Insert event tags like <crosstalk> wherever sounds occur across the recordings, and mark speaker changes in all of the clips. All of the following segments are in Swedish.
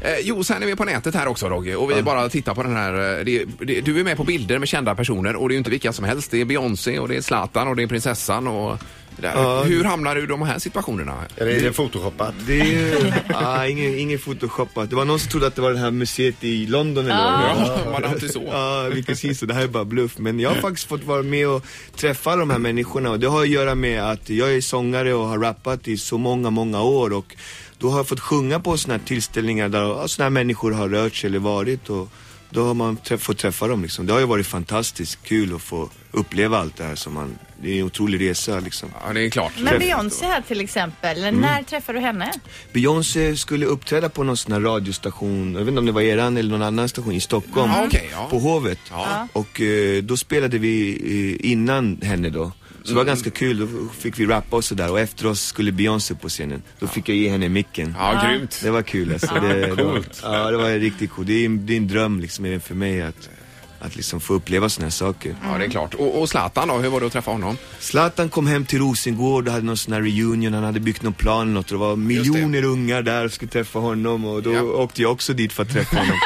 Speaker 1: Eh, jo, sen är vi på nätet här också Roger och vi bara tittar på den här. eh, Det, det, du är med på bilder med kända personer och det är ju inte vilka som helst. Det är Beyoncé och det är Zlatan och det är prinsessan och det där. Hur hamnar du i de här situationerna?
Speaker 2: Eller är det photoshoppat?
Speaker 3: Det är ju, <laughs> ah, ingen, ingen photoshopat. Det var någon som trodde att det var det här museet i London eller vad det var.
Speaker 1: Ja, man har inte så.
Speaker 3: Ja, vilken sisu. Det här är bara bluff. Men jag har faktiskt fått vara med och träffa de här människorna och det har att göra med att jag är sångare och har rappat i så många, många år och då har jag fått sjunga på såna här tillställningar där ja, såna här människor har rört sig eller varit och då har man träff, fått träffa dem liksom. Det har ju varit fantastiskt kul att få uppleva allt det här som man, det är en otrolig resa liksom.
Speaker 1: Ja, det är klart.
Speaker 4: Men Beyoncé här till exempel,
Speaker 3: Mm.
Speaker 4: när träffar du henne?
Speaker 3: Beyoncé skulle uppträda på någon sån här radiostation, jag vet inte om det var eran eller någon annan station i Stockholm.
Speaker 1: Ja, Mm. okej, ja.
Speaker 3: På Hovet.
Speaker 1: Ja.
Speaker 3: Och eh, då spelade vi eh, innan henne då. Så
Speaker 1: Mm.
Speaker 3: det var ganska kul, då fick vi rappa och sådär och efter oss skulle Beyoncé på scenen. Då fick jag ge henne micken.
Speaker 1: Ja, grymt.
Speaker 3: Det var kul alltså. Det,
Speaker 1: Coolt.
Speaker 3: Det var, ja, det var riktigt coolt. Det är, en- det är en dröm liksom även för mig att, att liksom få uppleva sådana här saker.
Speaker 1: Ja, det är klart. Och, och Zlatan då, hur var det att träffa honom?
Speaker 3: Zlatan kom hem till Rosengård och hade någon sån här reunion, han hade byggt någon plan eller något och det var miljoner ungar där och skulle träffa honom och då
Speaker 1: Ja.
Speaker 3: åkte jag också dit för att
Speaker 1: <laughs>
Speaker 3: träffa honom.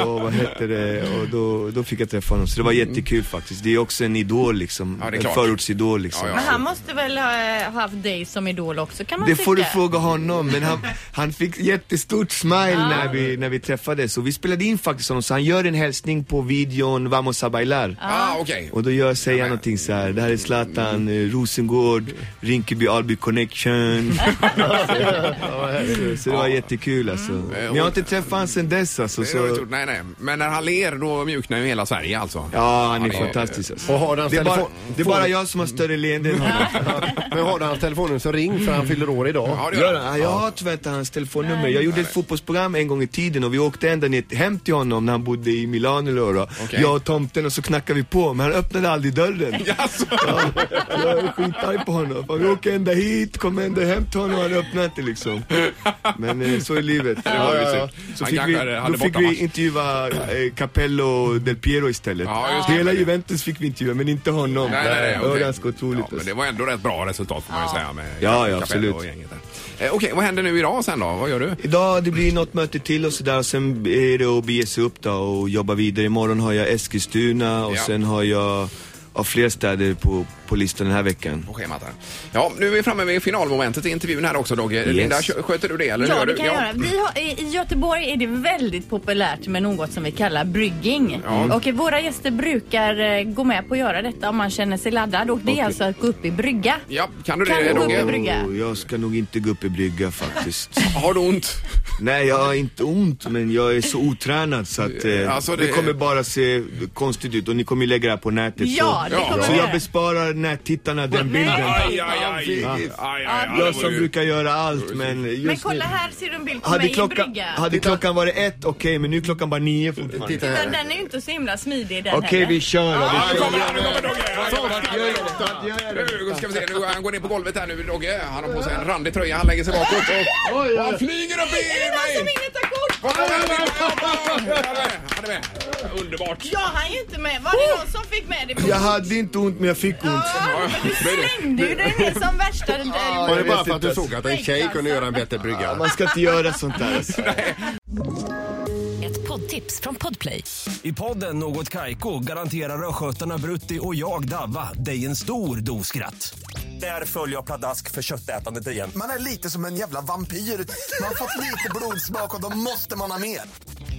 Speaker 3: och vad hette det? Och då, då fick jag träffa honom. Så det var jättekul faktiskt. Det är också en idol liksom.
Speaker 1: Ja, det är
Speaker 3: en
Speaker 1: klart.
Speaker 3: förortsidol liksom.
Speaker 1: Ja,
Speaker 4: Men han måste väl ha eh, haft dig som idol också kan man
Speaker 3: Det
Speaker 4: tycka.
Speaker 3: får du fråga honom, men han, han fick jättestort smile när, vi, när vi träffades och vi spelade in faktiskt honom så han gör en hälsning på videon Vamos a bailar.
Speaker 1: Ah, okej.
Speaker 3: Och då gör, säger han någonting så här. det här är Zlatan, eh, Rosengård, Rinkeby, Alby connection. så det var jättekul alltså. Men jag har inte träffat honom sen dess alltså.
Speaker 1: Det har du inte
Speaker 3: Så...
Speaker 1: gjort. Nej, nej. Men när han ler då mjuknar ju hela Sverige alltså.
Speaker 3: Ja, han är
Speaker 1: Ja, det är-
Speaker 3: fantastisk alltså.
Speaker 2: Och har hans
Speaker 3: Det är, bara,
Speaker 2: telefon-
Speaker 3: det är bara jag som har större leende än honom.
Speaker 2: Men har du hans telefon nu så ring för han fyller år idag.
Speaker 1: Ja, det
Speaker 3: Gör
Speaker 1: gör
Speaker 3: han? Ja, jag har tyvärr inte hans telefonnummer. Jag gjorde ett fotbollsprogram en gång i tiden och vi åkte ända ner hem till honom när han bodde i Milano eller vad det var.
Speaker 1: Okej.
Speaker 3: Jag och tomten och så knackade vi på men han öppnade aldrig dörren.
Speaker 1: <laughs> Jaså?
Speaker 3: Jag är skitarg på honom. Fan, vi åker ända hit, kom ända hem till honom och han öppnade inte liksom. Men eh, så är livet.
Speaker 1: var ju synd.
Speaker 3: Så
Speaker 1: Han
Speaker 3: fick
Speaker 1: kanske hade-
Speaker 3: vi,
Speaker 1: hade
Speaker 3: då fick
Speaker 1: bortamatch.
Speaker 3: vi intervjua eh, Capello och Del Piero istället.
Speaker 1: Ja, just det.
Speaker 3: Hela Juventus fick vi intervjua men inte honom.
Speaker 1: Nej, nej, nej,
Speaker 3: Det var
Speaker 1: okej.
Speaker 3: ganska otroligt.
Speaker 1: Ja, men det
Speaker 3: alltså.
Speaker 1: var ändå rätt bra resultat får man ju säga med
Speaker 3: Ja, ja,
Speaker 1: Capello
Speaker 3: absolut.
Speaker 1: och gänget där. Eh, Okej, vad händer nu idag sen då? Vad gör du?
Speaker 3: Idag det blir något möte till och sådär och sen är det att bege sig upp då och jobba vidare. Imorgon har jag Eskilstuna och
Speaker 1: Ja.
Speaker 3: sen har jag ja, fler städer på, på listan den här veckan.
Speaker 1: På schemat här. Ja, nu är vi framme vid finalmomentet i intervjun här också Dogge. Linda, kö- sköter du det eller hur
Speaker 4: Ja,
Speaker 1: gör
Speaker 4: det
Speaker 1: du?
Speaker 4: kan jag göra. Vi har, i, I Göteborg är det väldigt populärt med något som vi kallar brygging.
Speaker 3: Mm.
Speaker 4: Och eh, våra gäster brukar eh, gå med på att göra detta om man känner sig laddad. Och det är alltså att gå upp i brygga.
Speaker 1: Ja, kan du
Speaker 4: Kan
Speaker 1: det
Speaker 4: du gå upp i
Speaker 1: Dogge?
Speaker 4: brygga?
Speaker 3: Och jag ska nog inte gå upp i brygga faktiskt.
Speaker 1: Har du ont?
Speaker 3: Nej, jag har inte ont men jag är så otränad så att eh,
Speaker 1: Alltså, det-
Speaker 3: det... kommer bara se konstigt ut och ni kommer ju lägga det här på nätet.
Speaker 4: Ja, det
Speaker 3: så...
Speaker 1: Ja.
Speaker 4: kommer
Speaker 3: så
Speaker 4: vi
Speaker 3: jag
Speaker 4: göra.
Speaker 3: besparar nättittarna den
Speaker 4: Nej.
Speaker 3: bilden.
Speaker 1: Aj, aj, aj. aj, aj, aj.
Speaker 3: Jag som brukar göra allt men just
Speaker 4: Men kolla
Speaker 3: nu...
Speaker 4: här ser du en bild på
Speaker 3: Hade,
Speaker 4: mig i
Speaker 3: klockan,
Speaker 4: brygga.
Speaker 3: hade klockan varit ett, okej, men nu är klockan bara nio fortfarande.
Speaker 2: Titta
Speaker 4: Den
Speaker 2: här.
Speaker 4: är ju inte så himla smidig den
Speaker 3: Okej, vi kör då.
Speaker 1: Ja,
Speaker 3: Vi
Speaker 1: nu
Speaker 3: kör.
Speaker 1: kommer han, nu kommer Dogge! Han kommer här.
Speaker 3: Att göra det.
Speaker 1: Nu ska vi se, nu, han går ner på golvet här nu Dogge. Han har på sig en randig tröja, han lägger sig bakåt och han flyger upp i
Speaker 4: Han som
Speaker 1: mig!
Speaker 4: inget har kort!
Speaker 1: Han är med, han är med. Underbart!
Speaker 4: Jag hann ju inte med. Var det någon som fick med det på
Speaker 3: Oh! Jag hade inte ont, men jag fick ont.
Speaker 4: Ja, men du slängde ju den ner som värsta...
Speaker 2: Var det
Speaker 3: Jag
Speaker 2: bara
Speaker 3: vet
Speaker 2: för att du
Speaker 3: inte.
Speaker 2: såg att en tjej kunde göra en bättre brygga?
Speaker 3: Man ska inte göra sånt där. Alltså.
Speaker 5: Ett poddtips från Podplay.
Speaker 6: I podden Något Kaiko garanterar östgötarna Brutti och jag, Davva, dig en stor dos skratt. Där följer jag pladask för köttätandet igen.
Speaker 7: Man är lite som en jävla vampyr. Man har fått lite blodsmak och då måste man ha mer.